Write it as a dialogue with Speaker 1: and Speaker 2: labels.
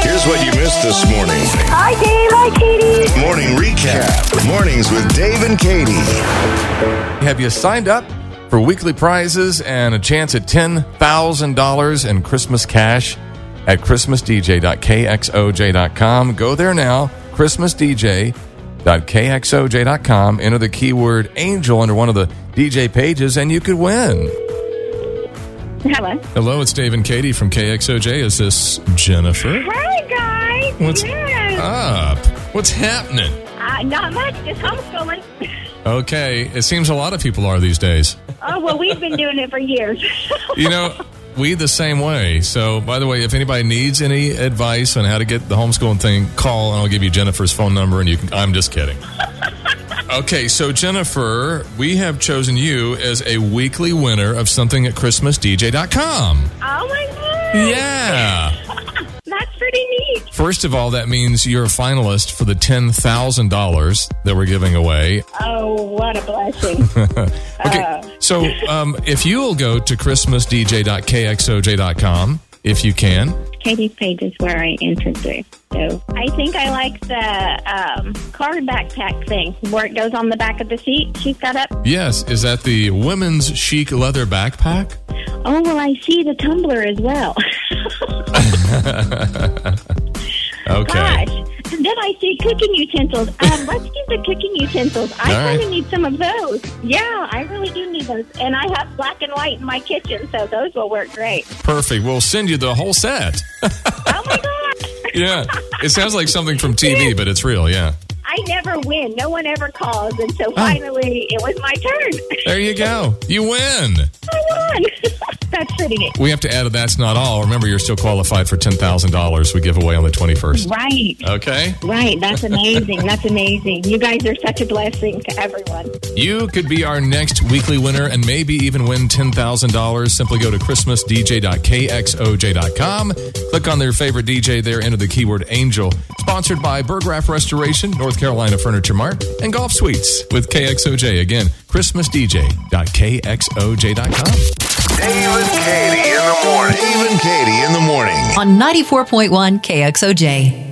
Speaker 1: Here's what you missed this morning.
Speaker 2: Hi, Dave. Hi, Katie.
Speaker 1: Morning recap. Mornings with Dave and Katie.
Speaker 3: Have you signed up for weekly prizes and a chance at $10,000 in Christmas cash at christmasdj.kxoj.com? Go there now, christmasdj.kxoj.com. Enter the keyword angel under one of the DJ pages and you could win.
Speaker 4: Hello.
Speaker 3: Hello, it's Dave and Katie from KXOJ. Is this Jennifer?
Speaker 4: Hi, guys.
Speaker 3: What's
Speaker 4: yes.
Speaker 3: up? What's happening?
Speaker 4: Uh, not much. Just homeschooling.
Speaker 3: Okay, it seems a lot of people are these days.
Speaker 4: oh well, we've been doing it for years. Oh,
Speaker 3: you know, we the same way. So, by the way, if anybody needs any advice on how to get the homeschooling thing, call and I'll give you Jennifer's phone number. And you can. I'm just kidding. Okay, so Jennifer, we have chosen you as a weekly winner of something at ChristmasDJ.com.
Speaker 4: oh my god.
Speaker 3: Yeah.
Speaker 4: That's pretty neat.
Speaker 3: First of all, that means you're a finalist for the ten thousand dollars that we're giving away.
Speaker 4: Oh, what a blessing.
Speaker 3: Okay. So um, if you'll go to christmasdj.kxoj.com if you can.
Speaker 4: Katie's page is where I entered through. So I think I like the um, card backpack thing where it goes on the back of the seat. She's got up.
Speaker 3: Yes, is that the women's chic leather backpack?
Speaker 4: Oh well, I see the tumbler as well.
Speaker 3: Okay.
Speaker 4: Gosh. And then I see cooking utensils. Um, let's do the cooking utensils. I
Speaker 3: All
Speaker 4: kind
Speaker 3: right.
Speaker 4: of need some of those. Yeah, I really do need those. And I have black and white in my kitchen, so those will work great.
Speaker 3: Perfect. We'll send you the whole set.
Speaker 4: Oh my gosh.
Speaker 3: yeah. It sounds like something from TV, but it's real, yeah.
Speaker 4: I never win. No one ever calls. And so finally, it was my turn.
Speaker 3: There you go. You win.
Speaker 4: I won. That's pretty neat.
Speaker 3: We have to add that's not all. Remember, you're still qualified for $10,000 we give away on the 21st.
Speaker 4: Right.
Speaker 3: Okay.
Speaker 4: Right. That's amazing. That's amazing. You guys are such a blessing to everyone.
Speaker 3: You could be our next weekly winner and maybe even win $10,000. Simply go to christmasdj.kxoj.com. Click on their favorite DJ there, enter the keyword angel. Sponsored by Burgraff Restoration, North Carolina Furniture Mart, and Golf Suites with KXOJ. Again, christmasdj.kxoj.com.
Speaker 1: Dave and Katie in the morning. Dave and Katie in the morning.
Speaker 5: on 94.1 KXOJ.